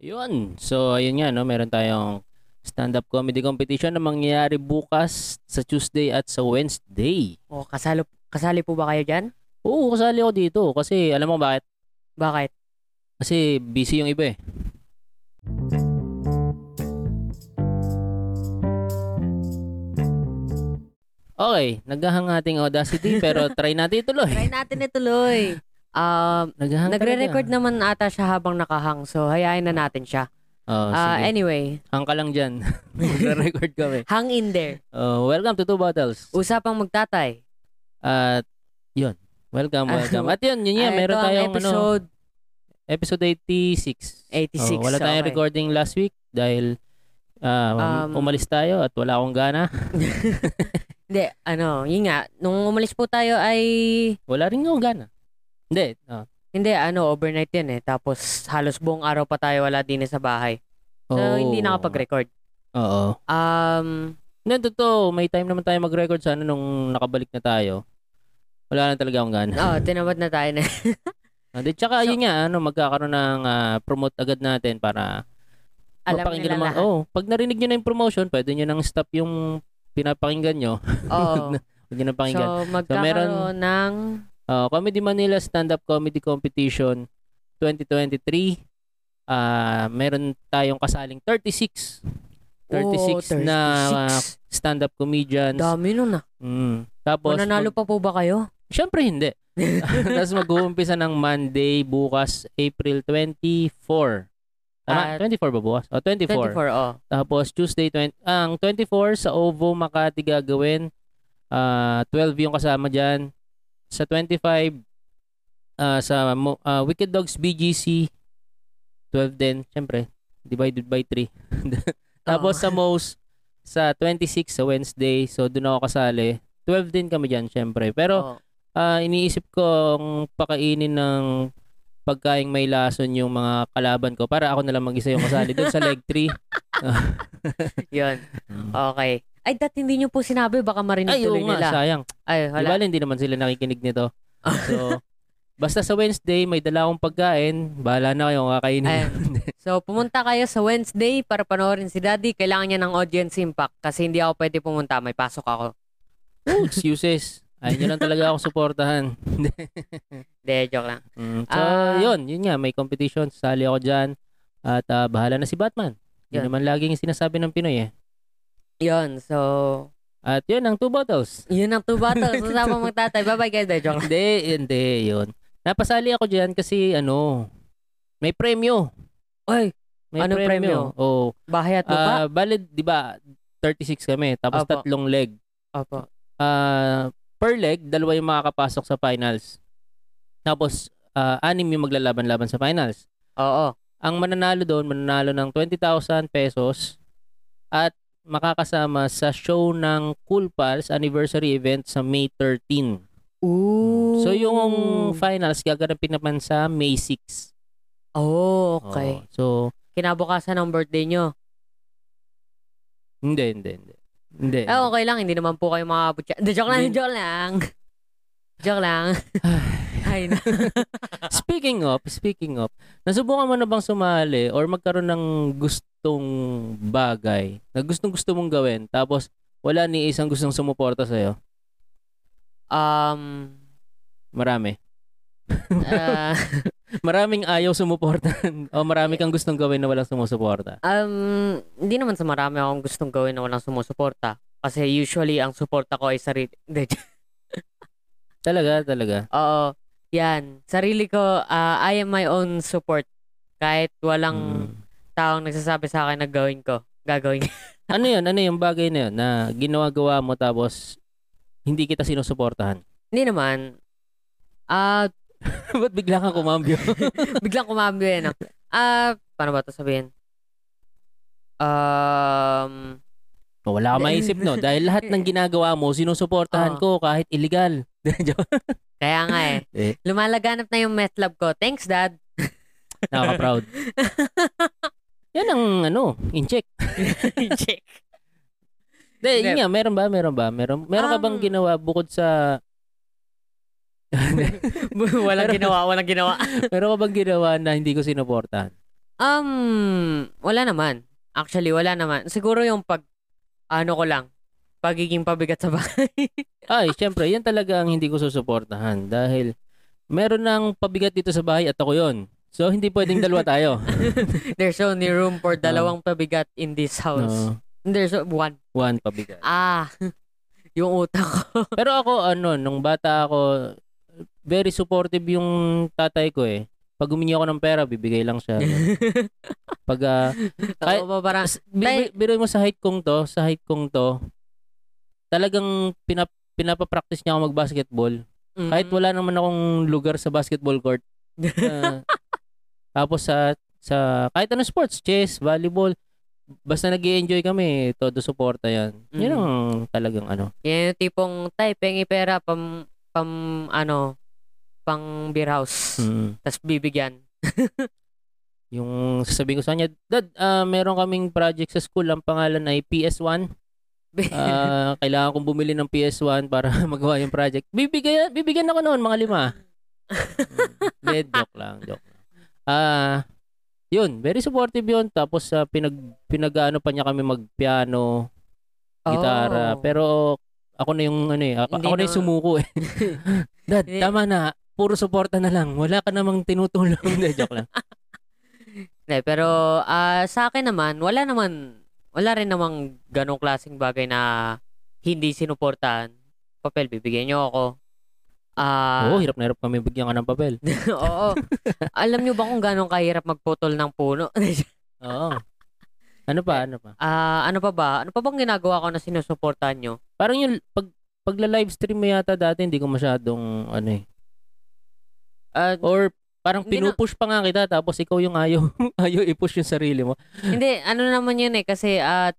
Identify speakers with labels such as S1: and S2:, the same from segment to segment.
S1: Yun. So, ayun nga, no? meron tayong stand-up comedy competition na mangyayari bukas sa Tuesday at sa Wednesday.
S2: O, kasalo, kasali po ba kayo dyan?
S1: Oo, kasali ako dito kasi alam mo bakit?
S2: Bakit?
S1: Kasi busy yung iba eh. Okay, naghahangating audacity pero try natin ituloy.
S2: Try natin ituloy. Um,
S1: Naghahang
S2: nagre-record naman ata siya habang nakahang, so hayain na natin siya.
S1: Oh,
S2: Ah,
S1: sige.
S2: anyway,
S1: Hang ka lang dyan. Magre-record kami.
S2: hang in there.
S1: Oh, welcome to Two Bottles.
S2: Usapang magtatay.
S1: At yun. Welcome,
S2: Ah,
S1: welcome. At yun, yun yan.
S2: Ah,
S1: Meron
S2: ito ang
S1: tayong ano,
S2: episode
S1: episode 86.
S2: 86.
S1: Oh, wala tayong
S2: okay.
S1: recording last week dahil ah,
S2: Um,
S1: umalis tayo at wala akong gana.
S2: Hindi, ano, yun nga, nung umalis po tayo ay,
S1: Wala rin akong gana. Hindi. ah,
S2: hindi, ano, overnight yan eh. Tapos halos buong araw pa tayo wala din eh sa bahay. So,
S1: oh.
S2: hindi nakapag-record.
S1: Oo.
S2: Um,
S1: Nan, totoo. May time naman tayo mag-record sana nung nakabalik na tayo. Wala na talaga akong gana.
S2: oh, tinamad na tayo na.
S1: Ah, di, tsaka
S2: So-
S1: yun nga, ano, magkakaroon ng ah, promote agad natin para
S2: Alam
S1: mapakinggan
S2: nila
S1: naman.
S2: lahat.
S1: Oh, pag narinig nyo na yung promotion, pwede nyo nang stop yung pinapakinggan nyo.
S2: Oo.
S1: Huwag nyo nang pakinggan.
S2: So, Oh, magkakaroon ng
S1: Ah, Comedy Manila Stand-Up Comedy Competition 2023. Ah, meron tayong kasaling 36. 36, na ah,
S2: 36.
S1: stand-up comedians.
S2: Oh, Dami nun ah.
S1: Mm. Tapos,
S2: Mananalo pa po ba kayo?
S1: Siyempre hindi. Tapos mag-uumpisa ng Monday bukas April 24. Tama,
S2: At-
S1: 24 ba bukas? O,
S2: 24,
S1: 24.
S2: oh.
S1: Tapos Tuesday, 20, ang 24 sa OVO Makati gagawin. Ah, 12 yung kasama dyan. Sa 25, ah, sa Mo- ah, Wicked Dogs BGC, 12 din, syempre, divided by 3. Tapos
S2: Oo.
S1: sa most, sa 26 sa Wednesday, so doon ako kasali. 12 din kami dyan, syempre. Pero
S2: Oo.
S1: Ah, iniisip kong pakainin ng pagkaing may lason yung mga kalaban ko para ako na lang mag-isa yung kasali doon sa leg 3.
S2: Yun. Okay. Ay, dat hindi nyo po sinabi. Baka marinig
S1: Ay, oo
S2: tuloy
S1: nga,
S2: nila.
S1: sayang.
S2: Ay,
S1: Di
S2: wala.
S1: ba hindi naman sila nakikinig nito. So, basta sa Wednesday, may dala akong pagkain. Bahala na kayo kung kakainin.
S2: Ayan. So, pumunta kayo sa Wednesday para panoorin si Daddy. Kailangan niya ng audience impact kasi hindi ako pwede pumunta. May pasok ako.
S1: Oh, excuses. Ayun nyo lang talaga ako suportahan.
S2: De, joke lang.
S1: Mm, so,
S2: Ah.
S1: yun. Yun nga, may competition. Sali ako dyan. At ah, bahala na si Batman. Yun
S2: Yan.
S1: naman laging sinasabi ng Pinoy eh.
S2: Yun, so...
S1: At yun, ang two bottles.
S2: Yun ang two battles. Usapang magtatay. Bye-bye guys. De, joke lang.
S1: hindi, hindi, yun. Napasali ako dyan kasi ano, may premyo.
S2: Oy,
S1: May
S2: Anong
S1: premyo? Oo.
S2: bahay at lupa?
S1: Ah, valid, di ba, 36 kami, tapos
S2: Opo.
S1: tatlong leg.
S2: Opo.
S1: Ah, per leg, dalawa yung makakapasok sa finals. Tapos, ah, anim yung maglalaban-laban sa finals.
S2: Oo.
S1: Ang mananalo doon, mananalo ng 20,000 pesos at makakasama sa show ng Cool Pals anniversary event sa May 13.
S2: Ooh.
S1: So yung finals gaganapin naman sa May 6.
S2: Oh, okay.
S1: Oo. So
S2: Kinabukasan ng birthday nyo.
S1: hindi hindi hindi. Hindi.
S2: Eh, okay lang. Hindi naman po kayo makakabot siya. De, joke lang.
S1: Hindi.
S2: Joke lang. Joke lang. Ay, na.
S1: Speaking of, speaking of, nasubukan mo na bang sumali or magkaroon ng gustong bagay na gustong gusto mong gawin tapos wala ni isang gustong sumuporta sa'yo?
S2: Um,
S1: Marami.
S2: ah,
S1: Maraming ayaw sumuporta o marami kang gustong gawin na walang sumusuporta.
S2: Um, hindi naman sa marami akong gustong gawin na walang sumusuporta. Kasi usually, ang suporta ko ay sarili. Hindi, joke.
S1: Talaga, talaga.
S2: Oo. Yan. Sarili ko, ah, I am my own support. Kahit walang
S1: Mm.
S2: taong nagsasabi sa akin na gawin ko. Gagawin.
S1: Ano yun? Ano yung bagay na yun na ginawa-gawa mo tapos hindi kita sinusuportahan?
S2: hindi naman. Ah,
S1: Ba't bigla kang kumambyo?
S2: biglang kumambyo yan. ah. Ah, paano ba ito sabihin? Um,
S1: Oh, Wala ka maisip, no? Dahil lahat ng ginagawa mo, sinusuportahan
S2: Oo.
S1: ko kahit illegal. Joke.
S2: kaya nga eh.
S1: Eh.
S2: Lumalaganap na yung meth lab ko. Thanks, Dad.
S1: Nakaka-proud. Yan ang, ano, in-check.
S2: Check.
S1: De, yun
S2: Hindi.
S1: nga, meron ba? Meron ba? Meron, meron ka bang
S2: Um,
S1: ginawa bukod sa...
S2: walang ginawa, walang ginawa.
S1: meron ka bang ginawa na hindi ko sinuportahan?
S2: Um, wala naman. Actually, wala naman. Siguro yung pag, ano ko lang, pagiging pabigat sa bahay. Ah.
S1: Ay, syempre, yan talaga ang hindi ko susuportahan dahil meron ng pabigat dito sa bahay at ako yon. So, hindi pwedeng dalawa tayo.
S2: There's only
S1: Ah.
S2: room for dalawang pabigat in this house.
S1: No,
S2: There's one.
S1: one pabigat.
S2: Ah, yung utak ko.
S1: Pero ako, ano, nung bata ako, very supportive yung tatay ko eh. Pag humingi ako ng pera, bibigay lang siya. Pag, ah, Kahit-
S2: Oo, parang,
S1: as- bi- bi- biruin mo sa height kong to, sa height kong to, talagang pinap pinapapractice niya ako mag-basketball.
S2: mm,
S1: Kahit wala naman akong lugar sa basketball court. Ah, tapos sa sa kahit anong sports, chess, volleyball, basta nag enjoy kami, todo suporta yan. Yun
S2: Mm.
S1: ang talagang ano.
S2: Yan yung tipong, tay, pengi pera, pam, pam, ano, pang beer house.
S1: Hmm.
S2: Tapos bibigyan.
S1: Yung sasabihin ko sa kanya, Dad, ah, meron kaming project sa school, ang pangalan ay PS1. Ah, kailangan kong bumili ng PS1 para magawa yung project. Bibigyan, bibigyan ako noon, mga lima. Hindi, joke lang, joke lang. Ah, yun, very supportive yun. Tapos sa pinag pinag-ano pa niya kami magpiano, gitara.
S2: Oh.
S1: Pero ako na yung ano eh, ako,
S2: Hindi
S1: ako na yung
S2: na-
S1: sumuko eh. Dad,
S2: Hindi.
S1: tama na. Puro suporta na lang. Wala ka namang tinutulong. Hindi, joke lang.
S2: Hindi, pero ah, sa akin naman, wala naman, wala rin namang ganong klaseng bagay na hindi sinuportahan. Papel, bibigyan nyo ako. Ah,
S1: Oo, hirap na hirap kami bigyan ka ng papel.
S2: oo. Alam nyo ba kung ganong kahirap magputol ng puno?
S1: Oo. Ano pa, ano pa?
S2: Ah, ano pa ba? Ano pa bang ginagawa ko na sinusuportahan nyo?
S1: Parang yung pag pagla-livestream mo yata dati, hindi ko masyadong ano eh.
S2: Ah,
S1: Or parang
S2: Hindi na-
S1: pinupush pa nga kita tapos ikaw yung ayaw, ayaw i-push yung sarili mo.
S2: hindi, ano naman yun eh. Kasi at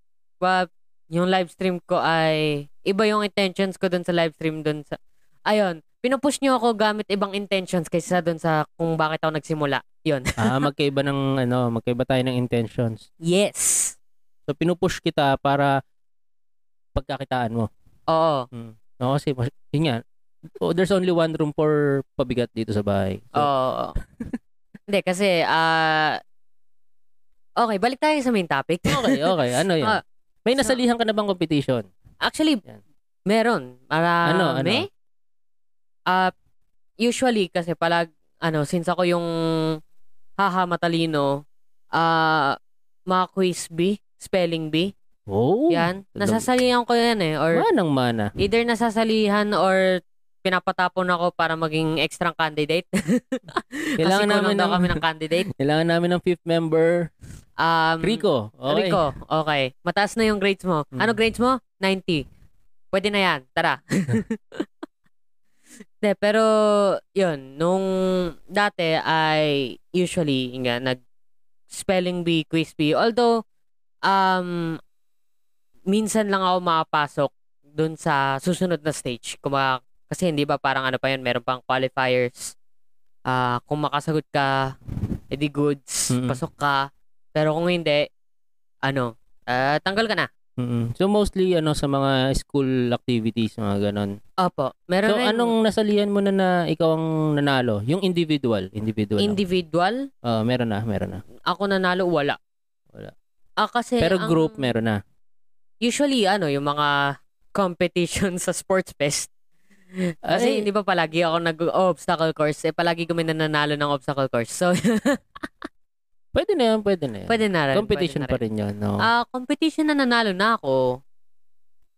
S2: yung live stream ko ay iba yung intentions ko dun sa live stream dun sa... Ayun, pinupush nyo ako gamit ibang intentions kaysa dun sa kung bakit ako nagsimula. Yun.
S1: Ah, magkaiba ng ano, magkaiba tayo ng intentions.
S2: Yes.
S1: So pinupush kita para pagkakitaan mo.
S2: Oo.
S1: No, kasi mas- yun nga. Oh, there's only one room for pabigat dito sa bahay. So,
S2: Oo. Hindi, kasi, ah... okay, balik tayo sa main topic.
S1: Okay, okay. Ano yun?
S2: Oh. Ah,
S1: May
S2: so-
S1: nasalihan ka na bang competition?
S2: Actually,
S1: Yan.
S2: meron. Para
S1: Ano, ano?
S2: may? Ah, usually, kasi palag, ano, since ako yung haha matalino, ah, mga quiz B, spelling B,
S1: Oh.
S2: yan. Nasasalihan ko yan eh. Or
S1: Manang mana.
S2: either nasasalihan or pinapatapon ako para maging extra candidate.
S1: Kailangan
S2: Kasi kulang
S1: namin
S2: daw
S1: ng,
S2: kami ng candidate.
S1: kailangan namin ng fifth member,
S2: Um,
S1: Rico. Okay.
S2: Rico, okay. Mataas na yung grades mo.
S1: Mm.
S2: Ano grades mo? 90. Pwede na yan. Tara. De, pero, yun, nung dati ay usually, yun nga, nag spelling bee, quiz bee. Although, um, minsan lang ako makapasok dun sa susunod na stage. Kuma, kasi hindi ba parang ano pa yun, meron pang qualifiers. Ah, kung makasagot ka, edi goods,
S1: Mm-mm.
S2: pasok ka. Pero kung hindi, ano, ah, tanggal ka na.
S1: Mm-mm. So mostly ano sa mga school activities mga ganon.
S2: Opo. Meron
S1: So
S2: rin
S1: anong nasalihan mo na na ikaw ang nanalo? Yung individual, individual. lang.
S2: individual,
S1: Ah, meron na, meron na.
S2: ako nanalo, wala.
S1: Wala.
S2: Ah, kasi
S1: Pero
S2: ang-
S1: group meron na.
S2: Usually, ano, yung mga competition sa sports fest. Ah, Kasi
S1: Ay,
S2: hindi pa palagi ako nag-obstacle course. Eh, palagi kami nananalo ng obstacle course. So,
S1: pwede na yan, pwede na yan.
S2: pwede na rin.
S1: Competition
S2: pwede na
S1: pa rin yun. No?
S2: Ah, competition na nanalo na ako,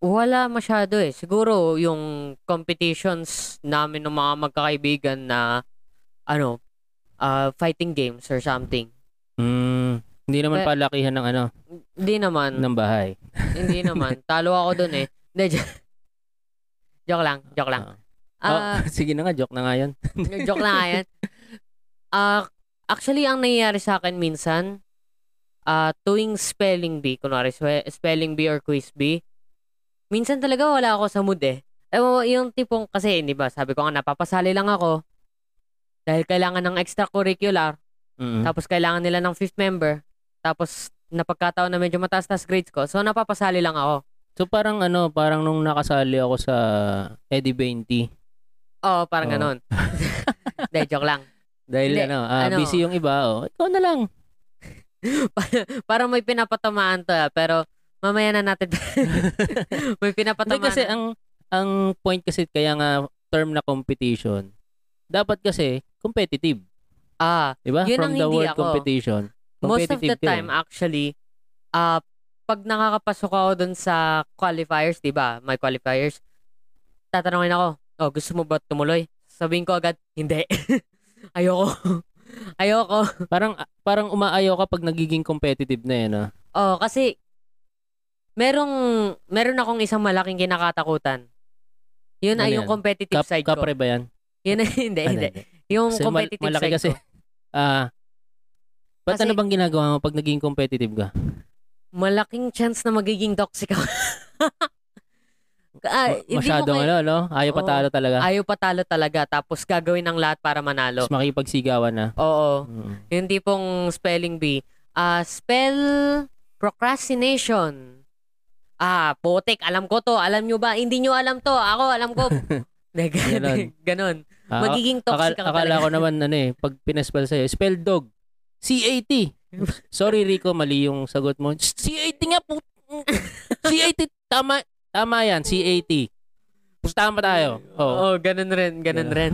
S2: wala masyado eh. Siguro yung competitions namin ng mga magkakaibigan na ano, ah, fighting games or something.
S1: Mm, hindi naman
S2: Pe-
S1: palakihan ng ano,
S2: Hindi naman,
S1: ng bahay.
S2: hindi naman. Talo ako dun eh. Hindi, jo- joke lang, joke lang.
S1: Ah,
S2: Ah,
S1: sige na nga, joke na nga yan.
S2: joke lang nga yan. Ah, actually, ang nangyayari sa akin minsan, ah, tuwing spelling bee, kunwari swe- spelling bee or quiz bee, minsan talaga wala ako sa mood eh. Eh, wa- yung tipong kasi, hindi ba, sabi ko nga, napapasali lang ako dahil kailangan ng extracurricular,
S1: Mm-mm.
S2: tapos kailangan nila ng fifth member, tapos napagkataon na medyo mataas-taas grades ko, so napapasali lang ako.
S1: So parang ano, parang nung nakasali ako sa Eddie 20.
S2: Oo, parang
S1: Oo.
S2: ganon. Hindi, joke lang.
S1: Dahil
S2: Hindi,
S1: ano, ah,
S2: ano-
S1: busy yung iba, oh. ikaw na lang.
S2: Pa- Parang may pinapatamaan to, ah, pero mamaya na natin. may
S1: Hindi
S2: pinapatamaan.
S1: kasi ang ang point kasi kaya nga term na competition. Dapat kasi competitive,
S2: ah,
S1: 'di ba?
S2: Yun
S1: From
S2: ang
S1: the
S2: hindi
S1: word
S2: ako.
S1: competition.
S2: most of the
S1: competitive ka eh.
S2: time ah. actually uh, pag nakakapasok ako dun sa qualifiers, 'di ba? May qualifiers. Tatanungin ako, "Oh, gusto mo ba tumuloy?" Sabihin ko agad, "Hindi." Ayoko. Ayoko.
S1: Parang parang umaayaw ka pag nagiging competitive na 'yan, ah. no?
S2: Oh, kasi merong meron akong isang malaking kinakatakutan. 'Yun
S1: Ano
S2: ay yung
S1: yan?
S2: competitive
S1: Kap,
S2: side ko.
S1: kapre ba 'yan?
S2: 'Yun ay hindi,
S1: Ano,
S2: Eh, hindi.
S1: hindi.
S2: Yung
S1: Kasi mal-
S2: competitive
S1: malaki
S2: side
S1: kasi.
S2: ko.
S1: Ah. ba't
S2: Kasi-
S1: ano bang ginagawa mo pag naging competitive ka?
S2: Malaking chance na magiging toxic ako. Ah,
S1: Ma-
S2: hindi mo
S1: Masyadong
S2: kaya-
S1: ano, ah. no? Ayaw
S2: Oo.
S1: patalo talaga.
S2: ayaw patalo talaga tapos gagawin ang lahat para manalo.
S1: Mas makipagsigawan na.
S2: Oo.
S1: Mm.
S2: Yung tipong spelling bee. Ah, spell procrastination. Ah, putik. Alam ko to. Alam nyo ba? Hindi nyo alam to. Ako, alam ko.
S1: Ganon.
S2: Ganon. Ganon.
S1: Ah,
S2: Magiging
S1: akala,
S2: toxic ka
S1: akala
S2: talaga.
S1: ko naman ano eh, pag pinaspell sa'yo, spell dog. C-A-T. Sorry Rico, mali yung sagot mo. C-A-T nga po. C-A-T, tama, tama yan, C-A-T. Tapos Tama tayo.
S2: Oo,
S1: Oh.
S2: oh, ganun rin. Ganun
S1: Ganon.
S2: rin.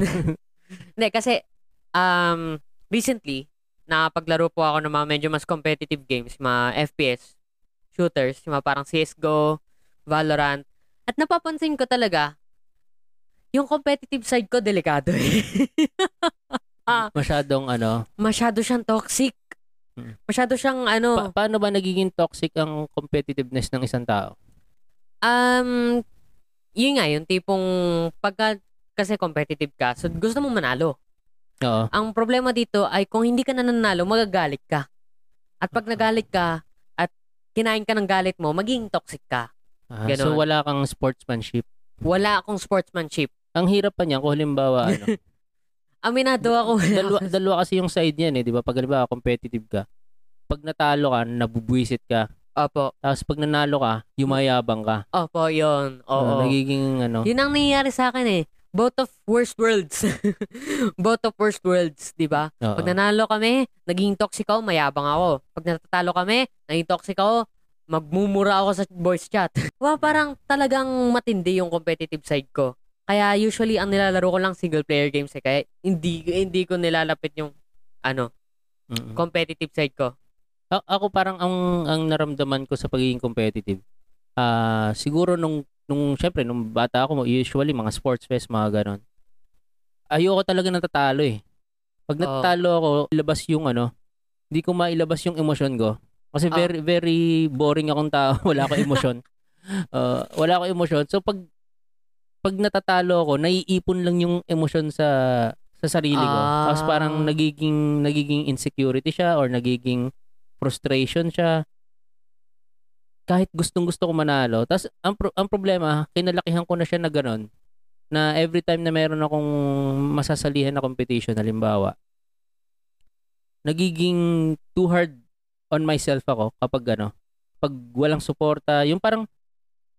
S2: Hindi, kasi um, recently, nakapaglaro po ako ng mga medyo mas competitive games, mga FPS, shooters, yung mga parang CSGO, Valorant. At napapansin ko talaga, yung competitive side ko, delikado eh.
S1: Masyadong ano.
S2: Masyado siyang toxic.
S1: Mm.
S2: Masyado siyang
S1: Pa-
S2: ano,
S1: paano ba nagiging toxic ang competitiveness ng isang tao?
S2: um, yun nga, yung tipong pagka kasi competitive ka, so gusto mong manalo.
S1: Oo.
S2: Ang problema dito ay kung hindi ka nananalo, magagalit ka. At pag nagalit ka at kinain ka ng galit mo, magiging toxic ka.
S1: Ah, so
S2: Ganon.
S1: wala kang sportsmanship.
S2: Wala akong sportsmanship.
S1: Ang hirap pa niyan kung halimbawa ano,
S2: Aminado ako.
S1: dalawa, dalawa kasi yung side niyan eh, di ba? Pag halimbawa competitive ka, pag natalo ka, nabubwisit ka.
S2: Opo.
S1: Tapos pag nanalo ka, yumayabang ka.
S2: Opo, yun.
S1: Oo.
S2: Oo.
S1: Ah, nagiging ano.
S2: Yun ang nangyayari sa akin eh. Both of worst worlds. Both of worst worlds, di ba?
S1: Oo.
S2: Pag nanalo kami, naging toxic ako, mayabang ako. Pag natatalo kami, naging toxic ako, magmumura ako sa voice chat. Wa parang talagang matindi yung competitive side ko. Kaya usually ang nilalaro ko lang single player games eh. Kaya hindi hindi ko nilalapit yung ano,
S1: Mm-mm.
S2: competitive side ko.
S1: A- ako parang ang ang naramdaman ko sa pagiging competitive. Ah, siguro nung nung syempre nung bata ako, usually mga sports fest mga ganon. Ayoko talaga natatalo eh. Pag
S2: Oo.
S1: natatalo ako, ilabas yung ano, hindi ko mailabas yung emosyon ko. Kasi
S2: Ah.
S1: very very boring akong tao, wala akong emosyon. Ah, wala akong emosyon. So pag pag natatalo ako, naiipon lang yung emosyon sa sa sarili ko.
S2: Ah.
S1: Tapos parang nagiging nagiging insecurity siya or nagiging frustration siya. Kahit gustong-gusto ko manalo. Tapos ang pro- ang problema, kinalakihan ko na siya na ganun na every time na meron akong masasalihan na competition halimbawa, nagiging too hard on myself ako kapag ano, pag walang suporta, yung parang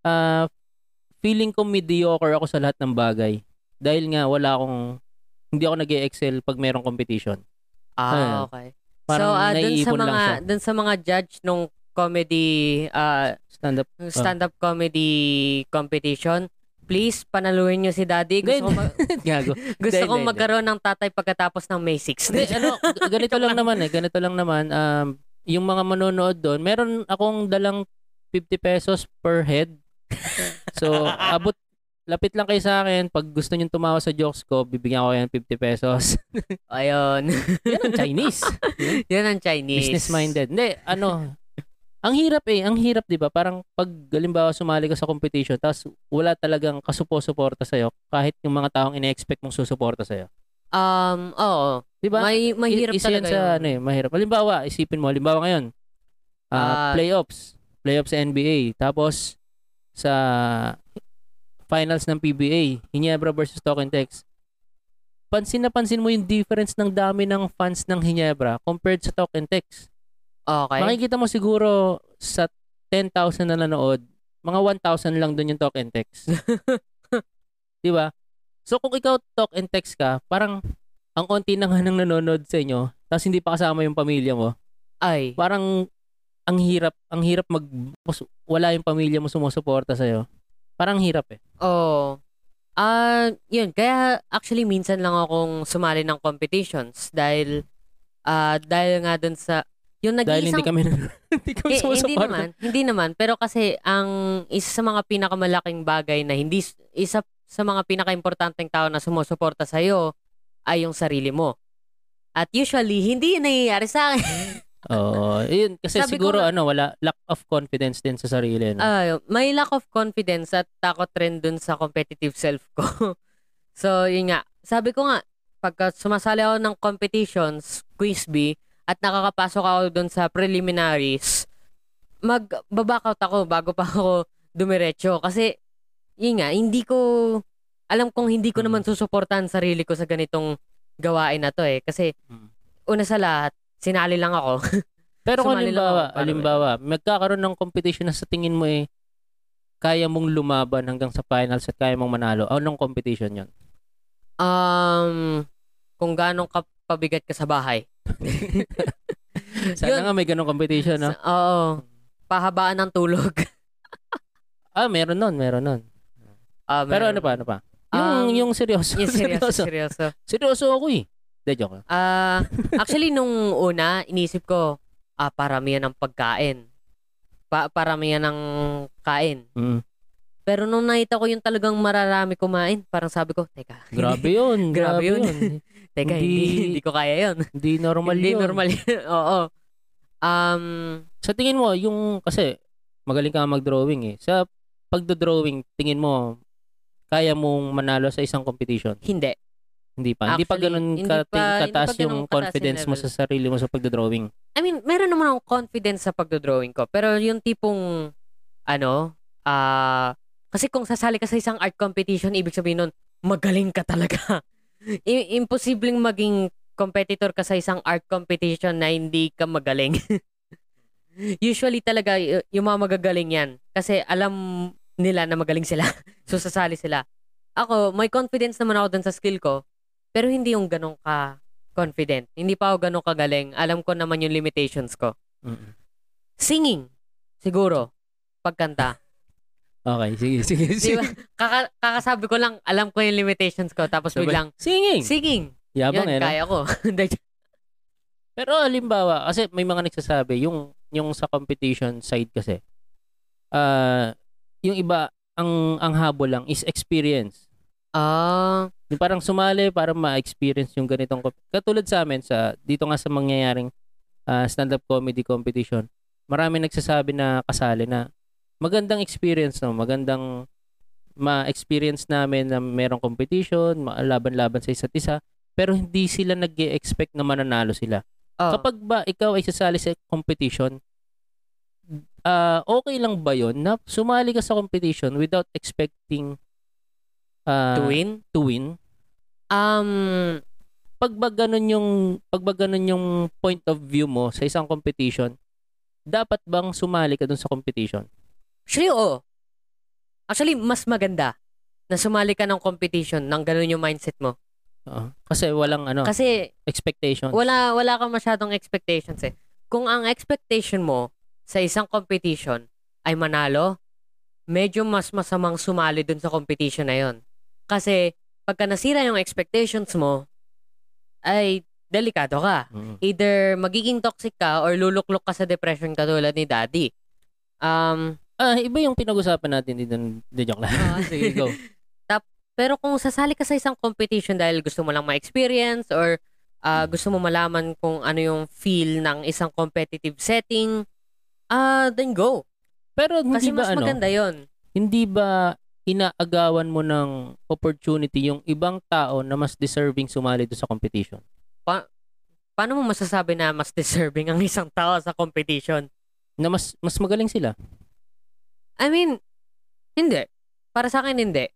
S1: ah, feeling ko mediocre ako sa lahat ng bagay dahil nga wala akong hindi ako nag excel pag merong competition.
S2: Ah,
S1: Ayun.
S2: okay.
S1: Parang
S2: so, ah, dun sa
S1: naiipon lang
S2: mga
S1: siya.
S2: dun sa mga judge nung comedy ah,
S1: Stand up.
S2: stand-up comedy competition, please panaluhin niyo si Daddy. Gusto ko
S1: Hindi,
S2: mag-
S1: Gago.
S2: Gusto
S1: Hindi,
S2: kong
S1: hindi,
S2: magkaroon ng tatay pagkatapos ng May 6.
S1: Hindi, ano, g- ganito lang
S2: lang.
S1: naman eh. Ganito lang naman. Um, yung mga manonood doon, meron akong dalang 50 pesos per head. So, abot, lapit lang kayo sa akin. Pag gusto nyo tumawa sa jokes ko, bibigyan ko kayo ng 50 pesos.
S2: Ayun.
S1: Yan ang Chinese.
S2: Yan ang Chinese.
S1: Business-minded. Hindi, ano, ang hirap eh. Ang hirap, di ba? Parang pag, galimbawa, sumali ka sa competition, tapos wala talagang kasupo-suporta sa'yo, kahit yung mga taong ina-expect mong susuporta sa'yo.
S2: Um, oo.
S1: Di ba?
S2: May, mahirap
S1: I- isa yan
S2: talaga
S1: sa,
S2: yun.
S1: ano eh, mahirap. Halimbawa, isipin mo, halimbawa ngayon, ah,
S2: Ah.
S1: playoffs, playoffs sa NBA, tapos sa finals ng PBA, Hinebra versus Token Tex. Pansin na pansin mo yung difference ng dami ng fans ng Hinebra compared sa Token Tex.
S2: Okay.
S1: Makikita mo siguro sa 10,000 na nanood, mga 1,000 lang doon yung talk and text. 'Di ba? So kung ikaw talk and text ka, parang ang onti na nga nang nanonood sa inyo, tapos hindi pa kasama yung pamilya mo.
S2: Ay.
S1: Parang ang hirap, ang hirap mag mus- wala yung pamilya mo sumusuporta sa Parang hirap eh.
S2: Oo. Ah, yun. Kaya actually minsan lang akong sumali ng competitions dahil ah dahil nga dun sa yung nag
S1: Dahil hindi kami hindi kami
S2: Eh, hindi
S1: sumusuporta.
S2: naman, hindi naman, pero kasi ang isa sa mga pinakamalaking bagay na hindi isa sa mga pinakaimportanteng tao na sumusuporta sa iyo ay yung sarili mo. At usually hindi yun nangyayari sa akin.
S1: Oo. Yun, kasi
S2: Sabi ko
S1: siguro
S2: nga-
S1: ano, wala lack of confidence din sa sarili. No?
S2: Ah, may lack of confidence at takot rin dun sa competitive self ko. so, yun nga. Sabi ko nga, pagka sumasali ako ng competitions, quiz bee, at nakakapasok ako dun sa preliminaries, mag-back out ako bago pa ako dumiretso. Kasi, yun nga, hindi ko, alam kong hindi ko
S1: Mm.
S2: naman susuportahan sarili ko sa ganitong gawain na to eh. Kasi,
S1: Mm.
S2: una sa lahat, sinali lang ako.
S1: Pero kung
S2: sumali lang ako,
S1: halimbawa,
S2: by the way.
S1: halimbawa, magkakaroon ng competition na sa tingin mo eh, kaya mong lumaban hanggang sa finals at kaya mong manalo. ah, Anong competition yon?
S2: um, kung ganong kapabigat ka sa bahay.
S1: Sana
S2: Yun.
S1: nga may ganong competition, no?
S2: Sa- oo. Pahabaan ng tulog.
S1: Ah, meron nun, meron nun.
S2: Ah,
S1: Pero
S2: meron.
S1: ano pa, ano pa?
S2: Um,
S1: Yung, yung seryoso.
S2: Yes, seryoso,
S1: seryoso.
S2: seryoso.
S1: Seryoso ako eh. De, joke lang.
S2: Ah, actually, nung una, inisip ko, ah, paramihan ng pagkain. Pa paramihan ng kain.
S1: Mm.
S2: Pero nung nakita ko yung talagang mararami kumain, parang sabi ko, teka,
S1: Grabe yun.
S2: Grabe
S1: grabe
S2: yun.
S1: yun.
S2: teka,
S1: hindi-
S2: hindi, hindi ko kaya yun.
S1: Hindi normal
S2: hindi
S1: yun.
S2: normal yun. Oo. Um,
S1: Sa tingin mo, yung, kasi magaling ka mag-drawing eh. Sa pagdodrawing, tingin mo, kaya mong manalo sa isang competition?
S2: hindi.
S1: Hindi pa. hindi pa
S2: Actually,
S1: ganun
S2: hindi
S1: ka,
S2: pa- hindi pa
S1: kataas
S2: ganun
S1: yung
S2: kataas yung
S1: confidence mo
S2: level.
S1: sa sarili mo sa pagdodrawing.
S2: I mean, meron naman akong confidence sa pagdodrawing ko. Pero yung tipong, ano, ah, kasi kung sasali ka sa isang art competition, ibig sabihin nun, magaling ka talaga. I- imposibleng maging competitor ka sa isang art competition na hindi ka magaling. Usually talaga, y- yung mga magagaling yan. Kasi alam nila na magaling sila. so, sasali sila. Ako, may confidence naman ako dun sa skill ko. Pero hindi yung ganun ka confident. Hindi pa ako ganun kagaling. Alam ko naman yung limitations ko. Singing, siguro. Pagkanta.
S1: Okay, sige, sige,
S2: Di
S1: sige.
S2: ba? Kaka- kakasabi ko lang, alam ko yung limitations ko. Tapos
S1: Sabay-
S2: biglang,
S1: Singing!
S2: singing.
S1: Yabang eh.
S2: Yan,
S1: no?
S2: kaya ko.
S1: Pero halimbawa, kasi may mga nagsasabi, yung, yung sa competition side kasi, ah yung iba, ang, ang habol lang is experience.
S2: Ah,
S1: Yung parang sumali para ma-experience yung ganitong comp- katulad sa amin sa dito nga sa mangyayaring ah, stand-up comedy competition. Marami nagsasabi na kasali na magandang experience no, magandang ma-experience namin na merong competition, ma- laban-laban sa isa't isa, pero hindi sila nag expect na mananalo sila.
S2: oh.
S1: Kapag ba ikaw ay sasali sa competition, ah okay lang ba yon na sumali ka sa competition without expecting ah,
S2: to win?
S1: to win?
S2: Um,
S1: pag ba ganun yung pag ba ganun yung point of view mo sa isang competition, dapat bang sumali ka dun sa competition?
S2: actually, oo. Actually, mas maganda na sumali ka ng competition ng ganun yung mindset mo.
S1: Oo. kasi walang ano,
S2: Kasi
S1: expectation.
S2: Wala wala kang masyadong expectations eh. Kung ang expectation mo sa isang competition ay manalo, medyo mas masamang sumali dun sa competition na yon. Kasi pagka nasira yung expectations mo, ay delikado ka.
S1: Mm.
S2: Either magiging toxic ka or luluklok ka sa depression katulad ni daddy. Um,
S1: Ah, iba yung pinag-usapan natin dito. Hindi joke lang.
S2: Ah,
S1: Sige, go.
S2: pero kung sasali ka sa isang competition dahil gusto mo lang ma-experience or ah, gusto mo malaman kung ano yung feel ng isang competitive setting, ah then go.
S1: Pero hindi
S2: Kasi
S1: ba
S2: mas
S1: ano,
S2: maganda yon.
S1: hindi ba inaagawan mo ng opportunity yung ibang tao na mas deserving sumali doon sa competition?
S2: Paano mo masasabi na mas deserving ang isang tao sa competition?
S1: Na mas mas magaling sila.
S2: I mean, hindi. Para sa akin, hindi.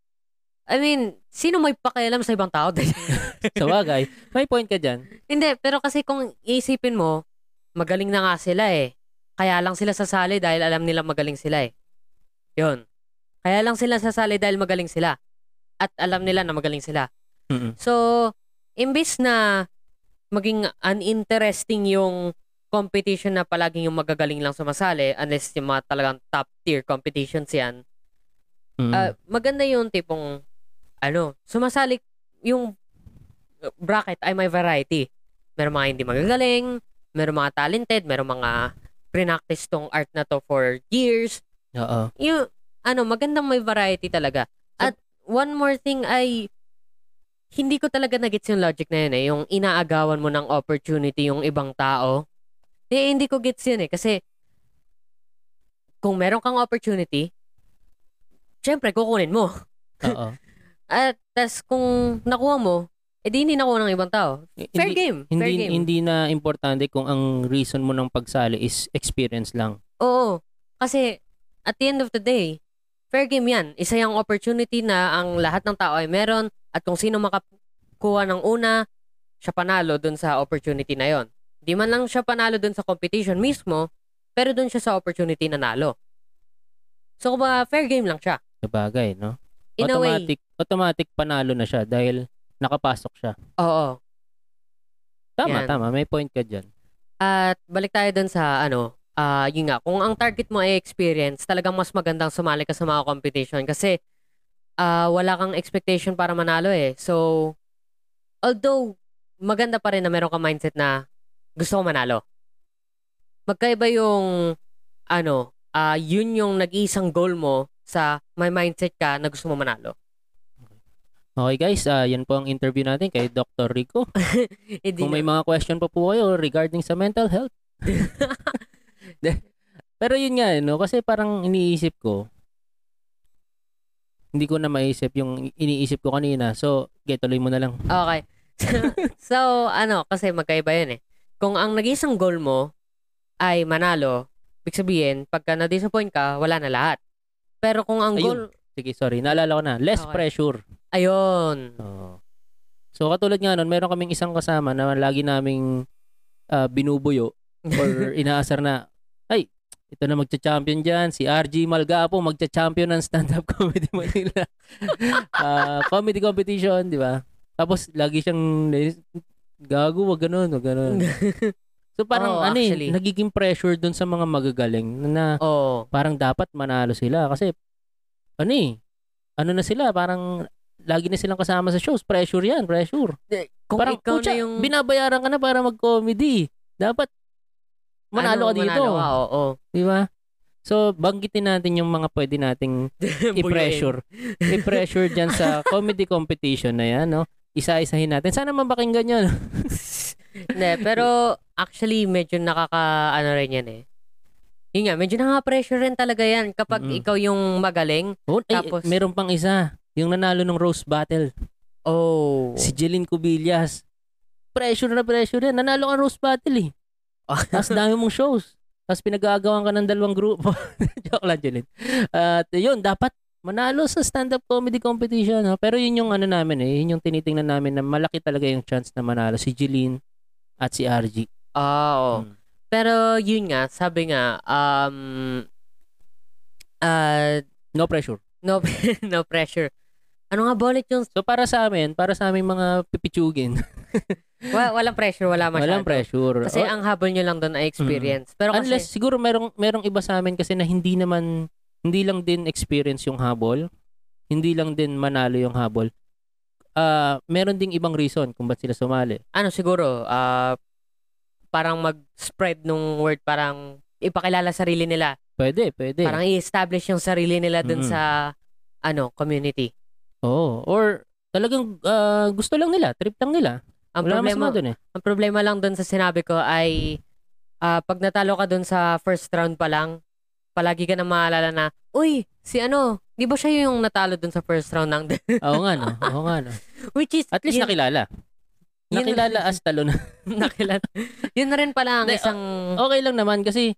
S2: I mean, sino may pakialam sa ibang tao?
S1: Sa bagay, may point ka diyan.
S2: hindi, pero kasi kung iisipin mo, magaling na nga sila eh. Kaya lang sila sasali dahil alam nila magaling sila eh. Yun. Kaya lang sila sasali dahil magaling sila. At alam nila na magaling sila. So, imbis na maging uninteresting yung competition na palaging yung magagaling lang sumasali unless yung mga talagang top tier competitions yan
S1: Mm.
S2: Ah, maganda yung tipong ano, sumasali yung bracket ay may variety. Merong mga hindi magagaling, merong mga talented, merong mga prinactice tong art na to for years.
S1: Oo.
S2: Yung ano, magandang may variety talaga. At one more thing ay hindi ko talaga nagets yung logic na yun eh, yung inaagawan mo ng opportunity yung ibang tao. Eh, hindi ko gets yun eh kasi kung meron kang opportunity, syempre kukunin mo.
S1: Oo.
S2: At tas kung nakuha mo, edi hindi nakuha ng ibang tao. Fair
S1: hindi,
S2: game.
S1: Hindi,
S2: fair game.
S1: hindi na importante kung ang reason mo ng pagsali is experience lang.
S2: Oo. Kasi at the end of the day, fair game yan. Isa yung opportunity na ang lahat ng tao ay meron at kung sino makakuha ng una, siya panalo dun sa opportunity na yon. Di man lang siya panalo dun sa competition mismo, pero dun siya sa opportunity na nalo. So, kumbaga, fair game lang siya.
S1: Sabagay, no?
S2: In a way,
S1: automatic, automatic panalo na siya dahil nakapasok siya.
S2: oo.
S1: Tama,
S2: Yan.
S1: tama. May point ka dyan.
S2: At balik tayo dun sa ano, ah yun nga, kung ang target mo ay experience, talagang mas magandang sumali ka sa mga competition kasi ah wala kang expectation para manalo eh. So, although maganda pa rin na meron ka mindset na gusto ko manalo. Magkaiba yung ano, ah yun yung nag-iisang goal mo sa may mindset ka na gusto mo manalo.
S1: Okay guys, ah, yan po ang interview natin kay Dr. Rico.
S2: Hindi
S1: Kung
S2: na-
S1: may mga question pa po kayo regarding sa mental health. De- Pero yun nga, eh, no? kasi parang iniisip ko, hindi ko na maisip yung iniisip ko kanina. So, okay, tuloy mo na lang.
S2: Okay. so, ano, kasi magkaiba yun eh. Kung ang nag-isang goal mo ay manalo, ibig sabihin, pagka na-disappoint ka, wala na lahat. Pero kung ang
S1: Ayun.
S2: goal,
S1: Sige, sorry. Naalala ko na. Less
S2: Okay.
S1: pressure.
S2: ayun.
S1: Oo. So katulad nga nun, meron kaming isang kasama na lagi naming ah, binubuyo or inaasar na, ay, ito na magcha-champion dyan, si RG Malgapo magcha-champion ng stand-up comedy Manila. Ah, comedy competition, di ba? Tapos lagi siyang nais- gago, wag ganun, wag ganun. So parang
S2: Oo,
S1: ano eh,
S2: actually.
S1: nagiging pressure dun sa mga magagaling na
S2: Oo.
S1: parang dapat manalo sila kasi ano eh, ano na sila, parang lagi na silang kasama sa shows. Pressure yan, pressure.
S2: Kung
S1: parang,
S2: ikaw
S1: "Putya,
S2: na yung...
S1: binabayaran ka na para mag-comedy. Dapat manalo
S2: ano,
S1: ka dito.
S2: Manalo ka, oo.
S1: Di ba? So, banggitin natin yung mga pwede nating i-pressure. i-pressure dyan sa comedy competition na yan, no? Isa-isahin natin. Sana mabakinggan yun.
S2: Hindi, pero actually, medyo nakaka, ano rin yan eh. Yun nga, medyo nakaka-pressure rin talaga yan kapag
S1: Mm-mm.
S2: ikaw yung magaling.
S1: Oh, ay,
S2: Tapos-
S1: meron pang isa. Yung nanalo ng roast battle.
S2: Oh.
S1: Si Jeline Cubillas. Pressure na pressure yan. Nanalo ka ng roast battle eh. Tapos dami mong shows. Tapos pinag-aagawan ka ng dalawang grupo. Joke lang, Julian. At yun, dapat manalo sa stand-up comedy competition. No? Pero yun yung ano namin eh. Yun yung tinitingnan namin na malaki talaga yung chance na manalo si Jeline at si RG.
S2: Ah, oo.
S1: Mm.
S2: Pero yun nga, sabi nga, um, ah,
S1: No pressure.
S2: no, no pressure. Ano nga bolet yung,
S1: So para sa amin, para sa aming mga pipichugin,
S2: wa- walang pressure, Hmm. wala masyado.
S1: walang pressure.
S2: Kasi
S1: Oh,
S2: ang habol nyo lang doon ay experience. Pero Ano kasi,
S1: unless siguro merong merong iba sa amin kasi na hindi naman hindi lang din experience yung habol, hindi lang din manalo yung habol. Ah, meron ding ibang reason kung ba't sila sumali.
S2: ano siguro, ah, parang mag-spread nung word, parang ipakilala sarili nila.
S1: Pwede, pwede.
S2: Parang i-establish yung sarili nila Hmm. doon
S1: Mm.
S2: Hmm. sa, ano, community.
S1: Oo. Or talagang ah, gusto lang nila, trip lang nila.
S2: Ang
S1: Wala
S2: problema,
S1: masama dun eh.
S2: ang problema lang doon sa sinabi ko ay ah, pag natalo ka doon sa first round pa lang, palagi ka na maalala na, uy, si ano, di ba siya yung natalo doon sa first round ng
S1: Oo nga no. Oo nga no.
S2: Which is,
S1: At least
S2: yun,
S1: nakilala.
S2: Yun-
S1: Nakilala as talo na.
S2: nakilala. yun na rin pala ang
S1: Hindi, ah,
S2: isang,
S1: Okay lang naman kasi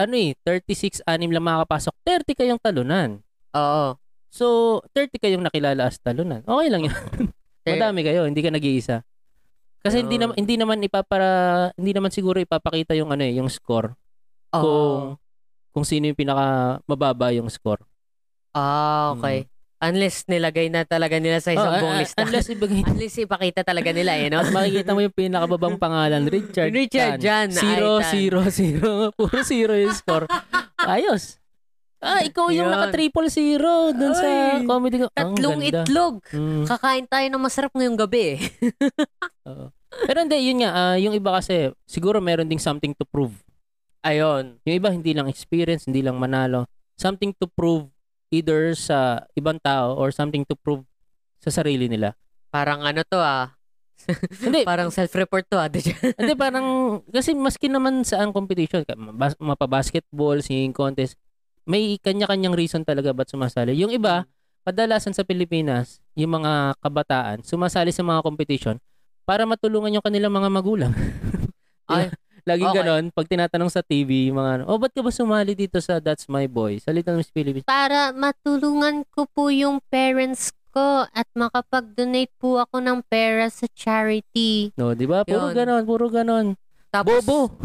S1: ano eh, 36 anim lang makakapasok. 30 kayong talunan.
S2: oo.
S1: So, 30 kayong nakilala as talunan. Okay lang yun.
S2: Ter-
S1: Madami kayo, hindi ka nag-iisa. Kasi hindi naman
S2: Yun.
S1: hindi naman ipapara hindi naman siguro ipapakita yung ano eh, yung score
S2: Oo.
S1: kung kung sino yung pinaka mababa yung score.
S2: Ah, okay. Unless nilagay na talaga nila sa isang
S1: Hmm. Oh,
S2: buong
S1: uh,
S2: lista.
S1: Unless ibigay
S2: Unless ipakita talaga nila eh, no?
S1: makikita mo yung pinakababang pangalan, Richard,
S2: Richard Jan.
S1: Zero,
S2: Aitan.
S1: zero, zero. Puro zero yung score. Ayos. Ah, ikaw yung
S2: Yun.
S1: naka-triple zero dun sa
S2: Ay.
S1: comedy ko. Ah, Ang
S2: Tatlong
S1: ganda.
S2: itlog.
S1: Mm.
S2: Kakain tayo ng masarap ngayong gabi eh.
S1: Oo. Pero hindi, yun nga. ah, yung iba kasi, siguro meron ding something to prove.
S2: Ayun.
S1: Yung iba, hindi lang experience, hindi lang manalo. Something to prove either sa ibang tao or something to prove sa sarili nila.
S2: Parang ano to ah.
S1: Hindi,
S2: Parang self-report to ah.
S1: Hindi, parang, kasi maski naman sa ang competition, ka- bas- mapabasketball, singing contest, may kanya-kanyang reason talaga ba't sumasali. Yung iba,
S2: Mm-hmm.
S1: kadalasan sa Pilipinas, yung mga kabataan, sumasali sa mga competition para matulungan yung kanilang mga magulang.
S2: Ay,
S1: Laging
S2: okay.
S1: ganon, pag tinatanong sa TV, yung mga, ano, oh, ba't ka ba sumali dito sa That's My Boy? Sa Little Miss Philippines.
S3: para matulungan ko po yung parents ko at makapag-donate po ako ng pera sa charity.
S1: No, di ba? Puro
S2: Yun.
S1: ganon, puro ganon.
S2: tapos,
S1: Bobo!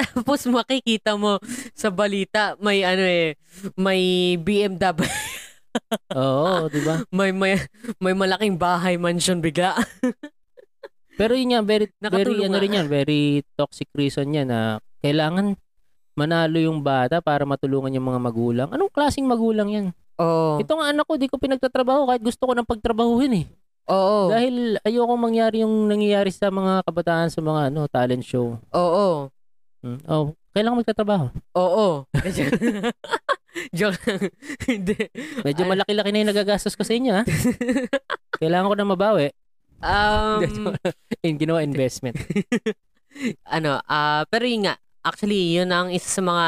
S2: tapos makikita mo sa balita, may ano eh, may BMW,
S1: Oo, di ba?
S2: may, may, may malaking bahay mansion bigla.
S1: Pero yun nga, very, very
S2: Nakatulong
S1: ano
S2: nga.
S1: rin yan, very toxic reason yan na kailangan manalo yung bata para matulungan yung mga magulang. Anong klaseng magulang yan?
S2: Oo.
S1: Ito nga anak ko, di ko pinagtatrabaho kahit gusto ko nang pagtrabahuhin eh.
S2: Oo.
S1: Dahil ayoko mangyari yung nangyayari sa mga kabataan sa mga ano talent show.
S2: Oo.
S1: Hmm. Oh, kailangan magtatrabaho.
S2: Oo. Joke lang. Hindi.
S1: Medyo
S2: Ay.
S1: malaki-laki na yung nagagastos ko sa inyo ha. kailangan ko na mabawi.
S2: um,
S1: In, ginawa investment.
S2: ano, ah pero yun nga, actually, yun ang isa sa mga,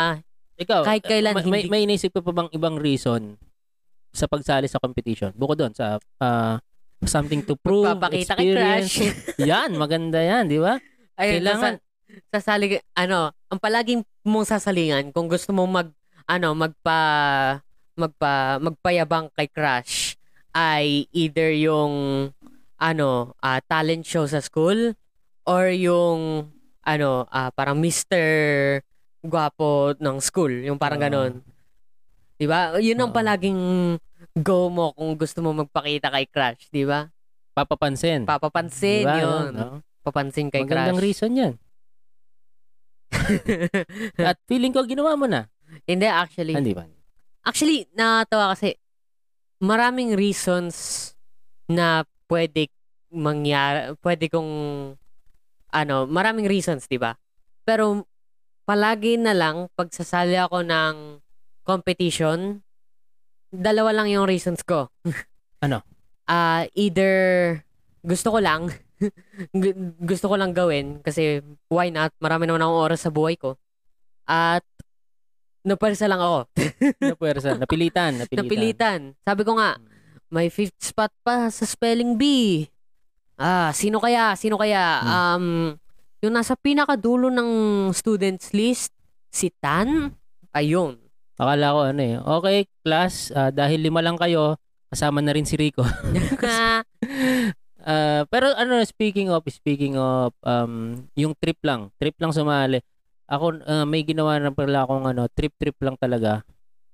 S1: Ikaw,
S2: Kahit kailan
S1: ma- may,
S2: hindi-
S1: may inisip ka pa bang ibang reason sa pagsali sa competition? Bukod doon sa ah, something to prove,
S2: papakita kay
S1: experience.
S2: Crash.
S1: yan, maganda yan, di ba?
S2: Ayun,
S1: Kailangan.
S2: sasa- sasali, ano, ang palaging mong sasalingan kung gusto mong mag, ano, magpa, magpa, magpayabang kay Crush ay either yung, ano, ah, talent show sa school or yung, ano, ah, parang Mr. Gwapo ng school. Yung parang
S1: Oo.
S2: ganon. Diba? Yun ang
S1: Oo.
S2: palaging go mo kung gusto mo magpakita kay Crush, di ba?
S1: Papapansin.
S2: Papapansin
S1: Diba?
S2: yun.
S1: No?
S2: Papansin kay
S1: Magandang
S2: Crush.
S1: reason yan. At feeling ko, ginawa mo na.
S2: Hindi, actually.
S1: Hindi ba?
S2: Actually, nakatawa kasi maraming reasons na pwede mangyari, pwede kong ano, maraming reasons, 'di ba? Pero palagi na lang pag sasali ako ng competition, dalawa lang yung reasons ko.
S1: Ano?
S2: Ah, either gusto ko lang gu- gusto ko lang gawin kasi why not? Marami naman akong oras sa buhay ko. At naparisa lang ako.
S1: Napuwersa. Napilitan. Napilitan.
S2: Napilitan. Sabi ko nga,
S1: Hmm.
S2: may fifth spot pa sa spelling bee. Ah, sino kaya? Sino kaya?
S1: Hmm.
S2: Um, yung nasa pinakadulo ng students list, si Tan? Ayun.
S1: Akala ko ano eh. Okay, class, ah, dahil lima lang kayo, kasama na rin si Rico.
S2: Na,
S1: Ah, pero ano, speaking of, speaking of, um, yung trip lang, trip lang sumali. Ako, ah, may ginawa na pala akong ano, trip-trip lang talaga.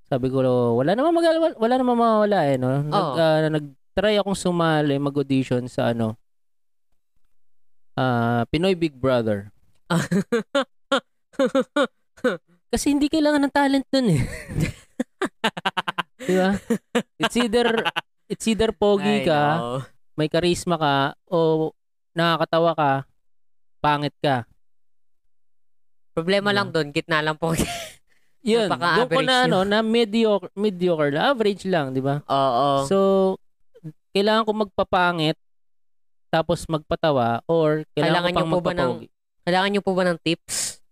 S1: Sabi ko, wala naman magagawa, wala naman mawawala eh, no? Nag,
S2: Oo.
S1: ah, nag-try akong sumali, mag-audition sa ano, ah, Pinoy Big Brother. Kasi hindi kailangan ng talent dun eh. Di ba? It's either, it's either pogi
S2: I
S1: ka,
S2: know.
S1: may karisma ka o nakakatawa ka, pangit ka.
S2: Problema
S1: Yeah.
S2: lang doon, gitna lang po. Oo.
S1: Yun, doon
S2: Napaka-average
S1: ko na ano, na mediocre, mediocre, lang, average lang, di ba? So, kailangan ko magpapangit tapos magpatawa or kailangan,
S2: Kailangan
S1: ko pang
S2: niyo po ba ng-
S1: magpapogi.
S2: Kailangan niyo po ba ng tips?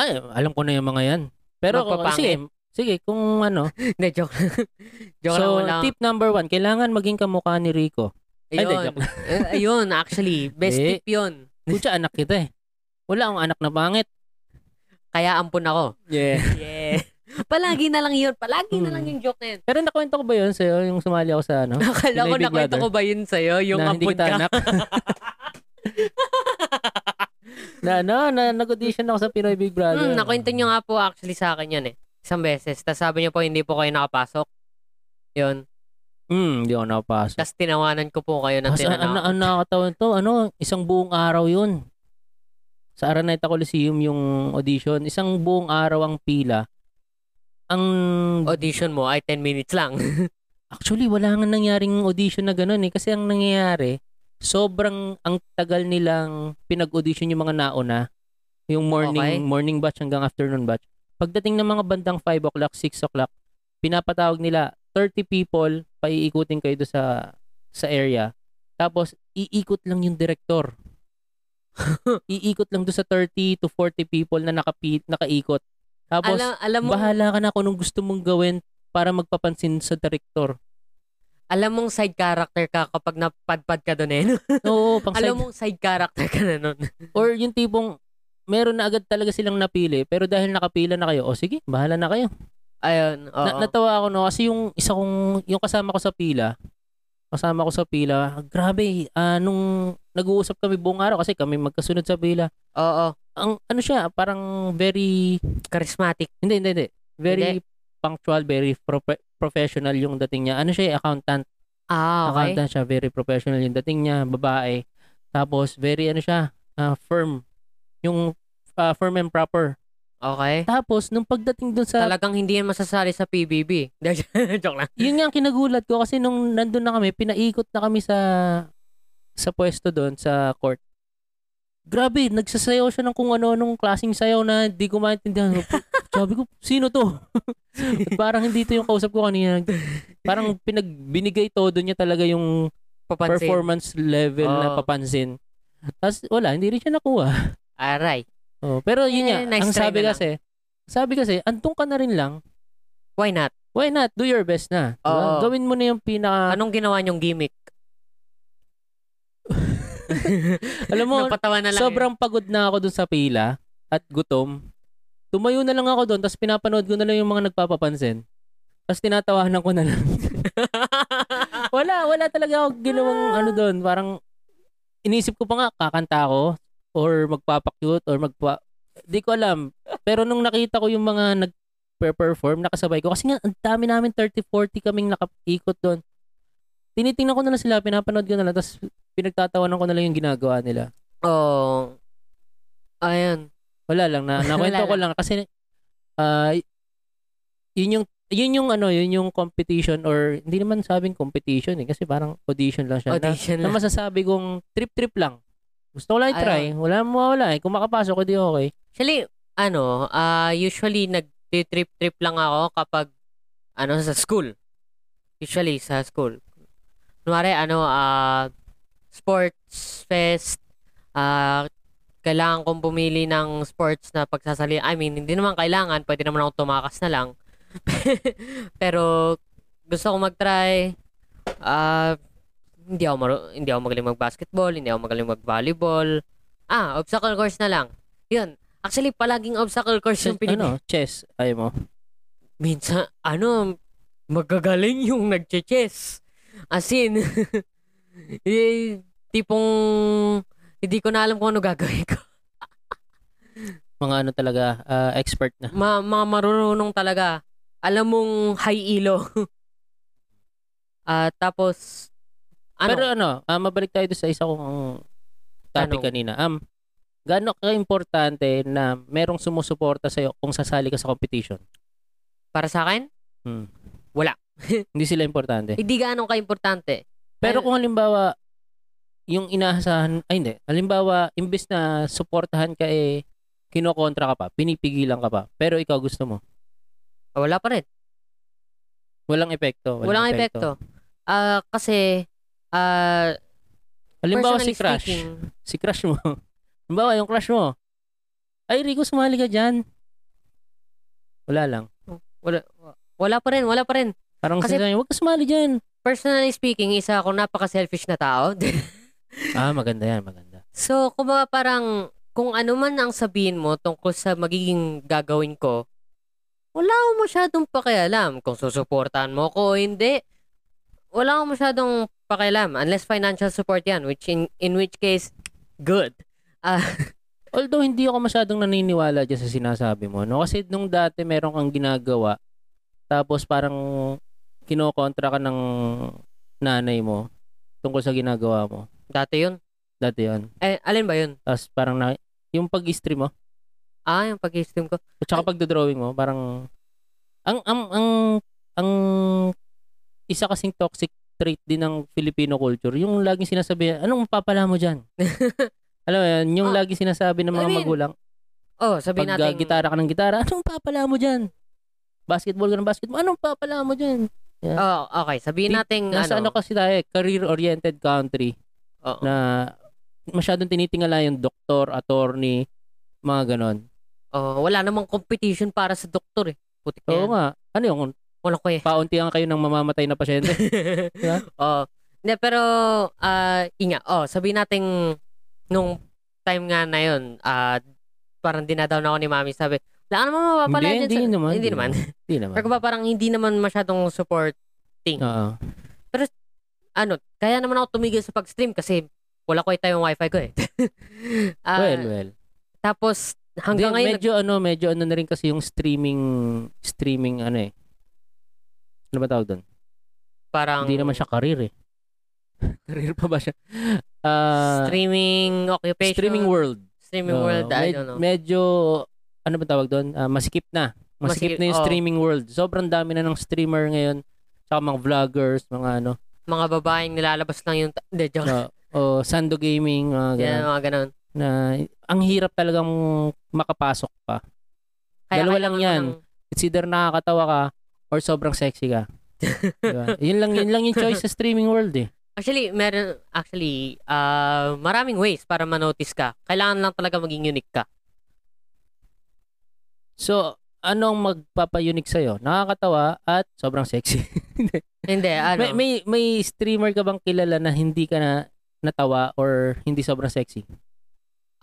S1: Ay, alam ko na yung mga yan. Pero kung, sige,
S2: Magpapangit.
S1: sige, kung ano.
S2: Hindi, joke lang. joke lang
S1: so,
S2: wala.
S1: tip number one, kailangan maging kamukha ni Rico. Ay, hindi,
S2: Ayun.
S1: joke lang.
S2: Eh, Ayun, actually. Best
S1: Hindi.
S2: tip yun.
S1: Kutsa, anak kita eh. Wala akong anak na pangit.
S2: Kaya ampun ako.
S1: Yeah.
S2: Yeah. Palagi na lang yun. Palagi na
S1: Hmm.
S2: lang yung joke na yun.
S1: Pero nakwento ko ba yun sa'yo, yung sumali ako sa ano?
S2: Akala ko
S1: Pinoy Big
S2: nakwento
S1: Brother.
S2: ko ba yun sa'yo? Yung Hmm,
S1: na hindi
S2: ampun
S1: kita
S2: ka.
S1: anak. na ano, na nag-audition ako sa Pinoy Big Brother.
S2: Hmm, nakwento niyo nga po actually sa akin yun eh. Isang beses. Tapos sabi niyo po, hindi po kayo nakapasok. Yun.
S1: Hmm, hindi ako napasok.
S2: Tapos tinawanan ko po kayo ng
S1: Mas, ano, ano,
S2: tinanong.
S1: ano nakatawan to? Ano, isang buong araw yun. Sa Araneta Coliseum yung audition. Isang buong araw ang pila. Ang,
S2: Audition mo ay 10 minutes lang.
S1: actually, wala nga nangyaring audition na ganun eh. Kasi ang nangyayari, sobrang, ang tagal nilang pinag-audition yung mga nauna. Yung morning,
S2: Okay.
S1: morning batch hanggang afternoon batch. Pagdating ng mga bandang 5 o'clock, 6 o'clock, pinapatawag nila 30 people, paiikutin kayo do sa sa area. Tapos iikot lang yung director. iikot lang do sa 30 to 40 people na nakapi, nakaikot. Tapos
S2: alam, alam mo,
S1: bahala ka na kung anong gusto mong gawin para magpapansin sa director.
S2: alam mong side character ka kapag napadpad ka doon eh. no?
S1: Oo, pang
S2: alam
S1: side-
S2: mong side character ka na nun.
S1: or yung tipong meron na agad talaga silang napili pero dahil nakapila na kayo, o sige, bahala na kayo.
S2: Ayun, oo.
S1: Na- natawa ako no kasi yung isa kong yung kasama ko sa pila, kasama ko sa pila, grabe, ah, nung nag-uusap kami buong araw kasi kami magkasunod sa pila.
S2: oo.
S1: Ang ano siya, parang very
S2: Charismatic.
S1: hindi hindi hindi, very
S2: Hindi.
S1: punctual, very prope- professional yung dating niya. Ano siya, eh, accountant.
S2: Ah, okay.
S1: Accountant siya, very professional yung dating niya, babae. Tapos very ano siya, ah, firm. Yung ah, firm and proper.
S2: Okay.
S1: Tapos nung pagdating dun sa
S2: Talagang hindi yan masasali sa PBB. Joke lang.
S1: yun nga ang kinagulat ko kasi nung nandun na kami, pinaikot na kami sa sa pwesto doon sa court. Grabe, nagsasayaw siya ng kung ano-anong klaseng sayaw na di ko maintindihan. Sabi ko, sino to? At parang hindi to yung kausap ko kanina. Parang pinagbinigay todo niya talaga yung
S2: Papansin.
S1: performance level na
S2: Oo.
S1: papansin. Tapos wala, hindi rin siya nakuha.
S2: Aray.
S1: Oh, pero yun
S2: Eh,
S1: nga,
S2: nice
S1: ang
S2: try
S1: sabi
S2: na lang.
S1: kasi, sabi kasi, antong ka na rin lang,
S2: Why not?
S1: why not? Do your best na. Diba?
S2: Oo.
S1: Gawin mo na yung pinaka
S2: Anong ginawa niyong gimmick?
S1: Alam mo,
S2: Napatawa na lang.
S1: sobrang pagod na ako dun sa pila at gutom. Tumayo na lang ako dun, tapos pinapanood ko na lang yung mga nagpapapansin. Tapos tinatawanan ko na lang.
S2: yun.
S1: wala, wala talaga ako ginawang ano dun. Parang inisip ko pa nga, kakanta ako or magpapakyut or magpa... Di ko alam. Pero nung nakita ko yung mga nag-perform, nakasabay ko. Kasi nga, ang dami namin, 30-40 kaming nakaikot doon. Tinitingnan ko na lang sila, pinapanood ko na lang, tapos pinagtatawanan ko na lang yung ginagawa nila.
S2: Oh. Ayan.
S1: Wala lang na nakwento
S2: Wala
S1: ko lang kasi ah yun yung yun yung ano yun yung competition or hindi naman sabing competition eh kasi parang audition lang siya na,
S2: Audition
S1: na
S2: lang.
S1: masasabi kong trip-trip lang. Gusto ko lang i-try.
S2: Ayun.
S1: Wala mo wala eh. Kung makapasok, edi okay.
S2: Actually, ano, ah usually nag-trip-trip lang ako kapag ano sa school. Usually sa school. Kunwari ano ah sports fest ah kailangan kong pumili ng sports na pagsasali. I mean, hindi naman kailangan, pwede naman ako tumakas na lang. Pero gusto ko mag-try ah hindi ako maru- hindi ako magaling mag-basketball, hindi ako magaling mag-volleyball. Ah, obstacle course na lang. 'Yun. Actually, palaging obstacle course yung
S1: Chess,
S2: pinili
S1: ano, chess. Ayaw mo.
S2: minsan, ano, magagaling yung nagche-chess. As in, eh, tipong, hindi ko na alam kung ano gagawin ko.
S1: Mga ano talaga, ah, expert na.
S2: Ma mga marunong talaga. Alam mong high ilo. Ah, tapos,
S1: Pero
S2: ano?
S1: ano, ah, mabalik tayo doon sa isa kong topic
S2: Tanong.
S1: kanina. Um, gaano ka-importante na merong sumusuporta sa'yo kung sasali ka sa competition?
S2: para sa akin,
S1: Hmm.
S2: Wala.
S1: Hindi sila importante.
S2: hindi gaano ka-importante.
S1: Pero kung halimbawa, yung inaasahan, ay hindi, halimbawa, imbes na suportahan ka eh, kinokontra ka pa, pinipigilan ka pa, pero ikaw gusto mo.
S2: Ah, Wala pa rin.
S1: Walang epekto.
S2: Walang, epekto. Ah, kasi, ah,
S1: Halimbawa si
S2: personally
S1: crush.
S2: speaking,
S1: Si crush mo. halimbawa, yung crush mo. Ay, Rico, sumali ka dyan. Wala lang.
S2: wala, wala pa rin, wala pa rin.
S1: Parang
S2: Kasi-
S1: sinasabi, huwag ka sumali dyan.
S2: personally speaking, isa akong napaka-selfish na tao.
S1: ah, maganda yan, maganda.
S2: so, kumbaga parang, kung ano man ang sabihin mo tungkol sa magiging gagawin ko, wala akong masyadong pakialam. Kung susuportahan mo ko o hindi, wala akong masyadong pakialam. Unless financial support yan, which in, in which case, good.
S1: Although hindi ako masyadong naniniwala dyan sa sinasabi mo, no? Kasi nung dati meron kang ginagawa, tapos parang kinokontra ka ng nanay mo tungkol sa ginagawa mo.
S2: Dati yun.
S1: Dati yun.
S2: Eh, alin ba yun?
S1: Tapos parang na, yung pag-stream mo,
S2: Ah, yung pag-stream ko.
S1: at saka pag-drawing mo, parang, ang, ang, ang, ang, isa kasing toxic trait din ng Filipino culture, yung laging sinasabi, anong mapapala mo dyan? Alam mo yun, yung
S2: Ah,
S1: lagi sinasabi ng mga
S2: I mean,
S1: magulang,
S2: Oh,
S1: pag
S2: sabihin
S1: uh,
S2: natin.
S1: gitara ka ng gitara, anong papala mo dyan? Basketball ka ng basketball, anong papala mo dyan?
S2: Oh, okay.
S1: Di-
S2: Sabihin natin,
S1: Nasa ano,
S2: ano.
S1: kasi tayo, eh, career-oriented country
S2: Oo.
S1: na masyadong tinitingala yung doktor, attorney, mga ganon.
S2: Oh, wala namang competition para sa doktor eh. Putik
S1: Oo
S2: na yan.
S1: nga, ano yung
S2: Wala ko eh.
S1: paunti lang kayo ng mamamatay na pasyente. Diba?
S2: Oo. Oh, Hindi, pero, ah, yun nga. Oh, sabihin natin, nung time nga na yun, ah, parang dinadaw na ako ni mami. Sabi, wala ka naman mapapala
S1: Hindi,
S2: dyan
S1: hindi
S2: sa-"
S1: naman,
S2: Hindi
S1: hindi
S2: naman.
S1: Hindi naman.
S2: Pero ba parang hindi naman masyadong support.
S1: Oo.
S2: Ano, kaya naman ako tumigil sa pag-stream kasi wala ko ito yung wifi ko eh. Ah,
S1: well, well.
S2: Tapos, hanggang
S1: Hindi,
S2: ngayon,
S1: medyo ano, medyo ano na rin kasi yung streaming streaming ano eh. Ano ba tawag doon?
S2: parang
S1: Hindi naman siya career eh. career pa ba siya? Ah,
S2: streaming occupation.
S1: streaming world.
S2: Streaming
S1: Oo,
S2: world, ah, I
S1: Ah, med-
S2: don't know.
S1: Medyo ano ba tawag doon? Ah, masikip na. Masikip,
S2: Masikip,
S1: na yung
S2: oo.
S1: streaming world. Sobrang dami na ng streamer ngayon. Tsaka mga vloggers, mga ano.
S2: mga babaeng nilalabas lang yung... ta- Hindi, joke.
S1: ah, o Sando Gaming, mga ganun.
S2: Yan, mga ganun.
S1: Na, ang hirap talagang makapasok pa. Dalawa lang
S2: kailangan
S1: yan.
S2: mo ng-
S1: it's either nakakatawa ka or sobrang sexy ka. Diba? Yun lang yun lang yung choice sa streaming world eh.
S2: Actually, meron, actually, ah, maraming ways para manotice ka. Kailangan lang talaga maging unique ka.
S1: So, ano ang magpapa-unique sa'yo? Nakakatawa at sobrang sexy.
S2: Hindi, ano.
S1: may, may, may streamer ka bang kilala na hindi ka na natawa or hindi sobrang sexy?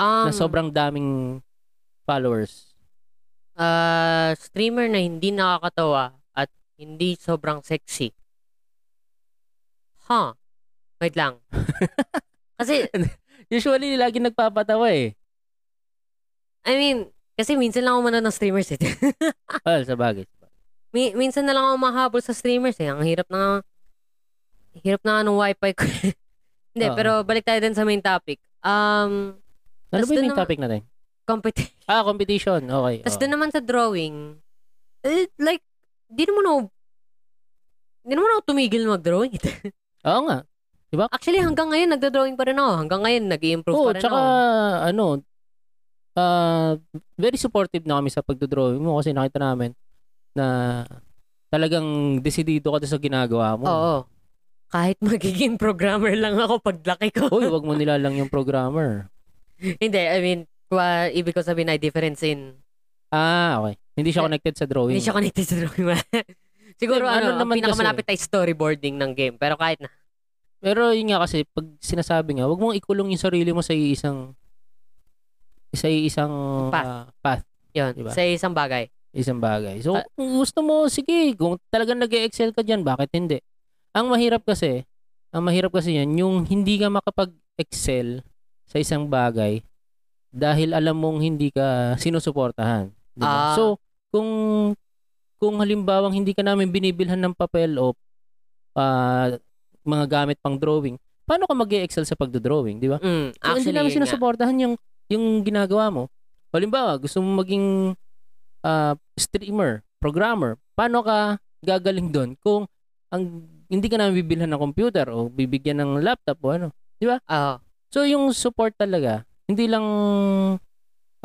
S2: um,
S1: na sobrang daming followers.
S2: ah, streamer na hindi nakakatawa at hindi sobrang sexy. Huh. Wait lang. kasi,
S1: Usually, lagi nagpapatawa eh.
S2: I mean, kasi minsan lang ako manood ng streamers eh.
S1: Well, sa bagay.
S2: Mi- minsan na lang ako mahabol sa streamers eh. Ang hirap na nga, hirap na nga ng wifi ko. Hindi,
S1: Oo.
S2: pero balik tayo din sa main topic. Um,
S1: Ano ba yung
S2: Tas dun
S1: main
S2: naman-
S1: topic natin?
S2: competition.
S1: Ah, competition. Okay.
S2: Tapos
S1: oo.
S2: doon naman sa drawing, eh, like, di naman ako, di naman ako tumigil mag-drawing.
S1: Oo nga.
S2: Actually, hanggang ngayon, nagda-drawing pa rin ako. Hanggang ngayon, nag improve
S1: Oo,
S2: pa rin
S1: tsaka
S2: ako.
S1: ano, ah, very supportive na kami sa pagdodrawing mo kasi nakita namin na talagang desidido ka doon sa ginagawa mo.
S2: Oo. Kahit magiging programmer lang ako paglaki ko.
S1: Uy, wag mo nilalang yung programmer.
S2: Hindi, I mean, kwa, ibig ko sabihin ay difference in,
S1: Ah, okay. Hindi siya
S2: Eh,
S1: connected sa drawing.
S2: hindi siya connected sa drawing man. Siguro
S1: Hindi, ano
S2: ano,
S1: naman
S2: ang pinakamalapit ay storyboarding ng game. Pero kahit na,
S1: Pero yun nga kasi pag sinasabi nga, wag mong ikulong yung sarili mo sa isang sa isang
S2: Path.
S1: path,
S2: yun,
S1: Diba?
S2: sa isang bagay.
S1: isang bagay. So,
S2: Ah.
S1: kung gusto mo, sige, kung talagang nag excel ka dyan, bakit hindi? Ang mahirap kasi, ang mahirap kasi yan, yung hindi ka makapag-excel sa isang bagay dahil alam mong hindi ka sinusuportahan. di ba?
S2: Ah.
S1: So, kung kung halimbawang hindi ka namin binibilhan ng papel o ah, mga gamit pang drawing, paano ka mag excel sa pagdodrawing, di ba?
S2: Mm,
S1: So,
S2: actually,
S1: hindi namin
S2: yun nga.
S1: sinusuportahan yung yung ginagawa mo. Halimbawa, gusto mo maging ah, streamer, programmer, paano ka gagaling doon kung ang hindi ka namin bibilhan ng computer o bibigyan ng laptop o ano.
S2: Oo.
S1: So yung support talaga, hindi lang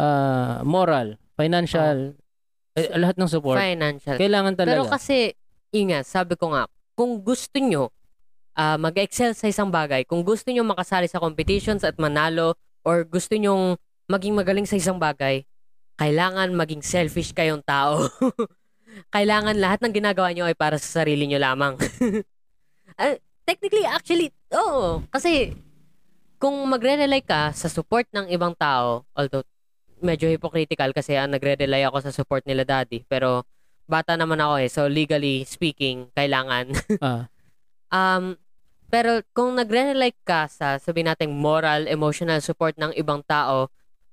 S1: ah, moral, financial, eh, lahat ng support.
S2: financial.
S1: Kailangan talaga.
S2: Pero kasi, yun nga, sabi ko nga, kung gusto nyo ah, mag-excel sa isang bagay, kung gusto nyo makasali sa competitions at manalo, or gusto nyong maging magaling sa isang bagay, kailangan maging selfish kayong tao. kailangan lahat ng ginagawa nyo ay para sa sarili nyo lamang. Ah, technically, actually, oo. Kasi, kung magre-rely ka sa support ng ibang tao, although medyo hypocritical kasi ah, nagre-rely ako sa support nila daddy, pero bata naman ako eh. So legally speaking, kailangan.
S1: Ah.
S2: um pero kung nagre-rely ka sa sabihin nating moral, emotional support ng ibang tao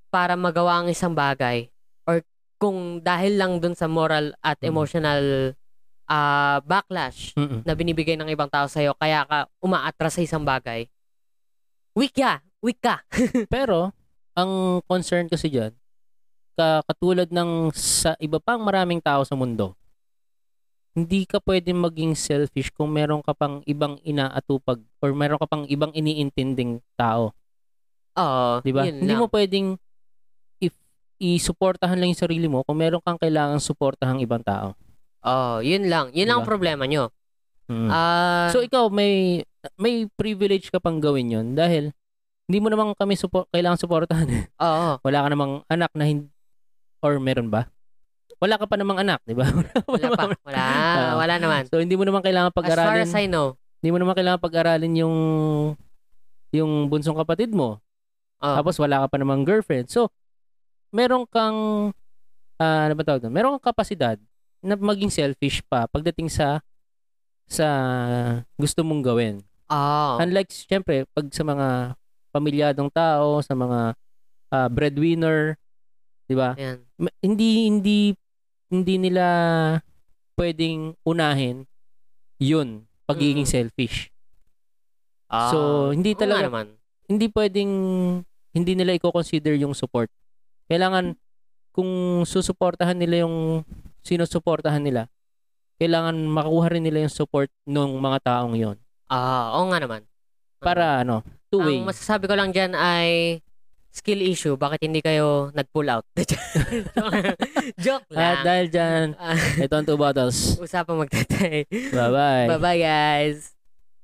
S2: para magawa ang isang bagay or kung dahil lang dun sa moral at
S1: Mm.
S2: emotional ah, backlash
S1: Mm-mm.
S2: na binibigay ng ibang tao sa'yo kaya ka umaatras sa isang bagay, weak ka. Weak ka.
S1: Pero, ang concern kasi dyan, ka, katulad ng sa iba pang maraming tao sa mundo, hindi ka pwede maging selfish kung meron ka pang ibang inaatupag or meron ka pang ibang iniintinding tao.
S2: Oo.
S1: Di ba?
S2: yun
S1: Hindi
S2: lang.
S1: mo pwedeng if isuportahan lang yung sarili mo kung meron kang kailangang suportahan ibang tao.
S2: Oh, yun lang. Yun lang ang
S1: Diba?
S2: problema nyo.
S1: Mm.
S2: Ah,
S1: so ikaw may may privilege ka pang gawin yon dahil hindi mo naman kami support, kailangan suportahan.
S2: oo.
S1: wala ka namang anak na hindi or meron ba? Wala ka pa namang anak, 'di ba?
S2: Wala pa. Wala.
S1: Oo.
S2: wala naman.
S1: so hindi mo naman kailangan
S2: As far
S1: pag-aralin.
S2: as I know.
S1: Hindi mo naman kailangan pag-aralin yung yung bunsong kapatid mo.
S2: Oo.
S1: Tapos wala ka pa namang girlfriend. So meron kang ah, ano ba tawag doon? Meron kang kapasidad na maging selfish pa pagdating sa sa gusto mong gawin.
S2: Oo.
S1: Unlike syempre pag sa mga pamilyadong tao, sa mga ah, breadwinner, 'di ba?
S2: Ayan.
S1: ma- hindi hindi hindi nila pwedeng unahin yun pagiging
S2: Mm.
S1: selfish
S2: Ah,
S1: So, hindi
S2: oo nga
S1: talaga-
S2: naman.
S1: hindi pwedeng hindi nila i-consider yung support kailangan kung susuportahan nila yung sinusuportahan nila kailangan makuha rin nila yung support ng mga taong yon
S2: Ah, oo nga naman.
S1: para ano two way
S2: Mm. Ang masasabi ko lang dyan ay skill issue. Bakit hindi kayo nag-pull out?
S1: at
S2: Joke lang.
S1: Ah, dahil dyan
S2: Ah,
S1: ito ang two bottles
S2: usapang magtatay.
S1: bye bye
S2: Bye-bye, guys.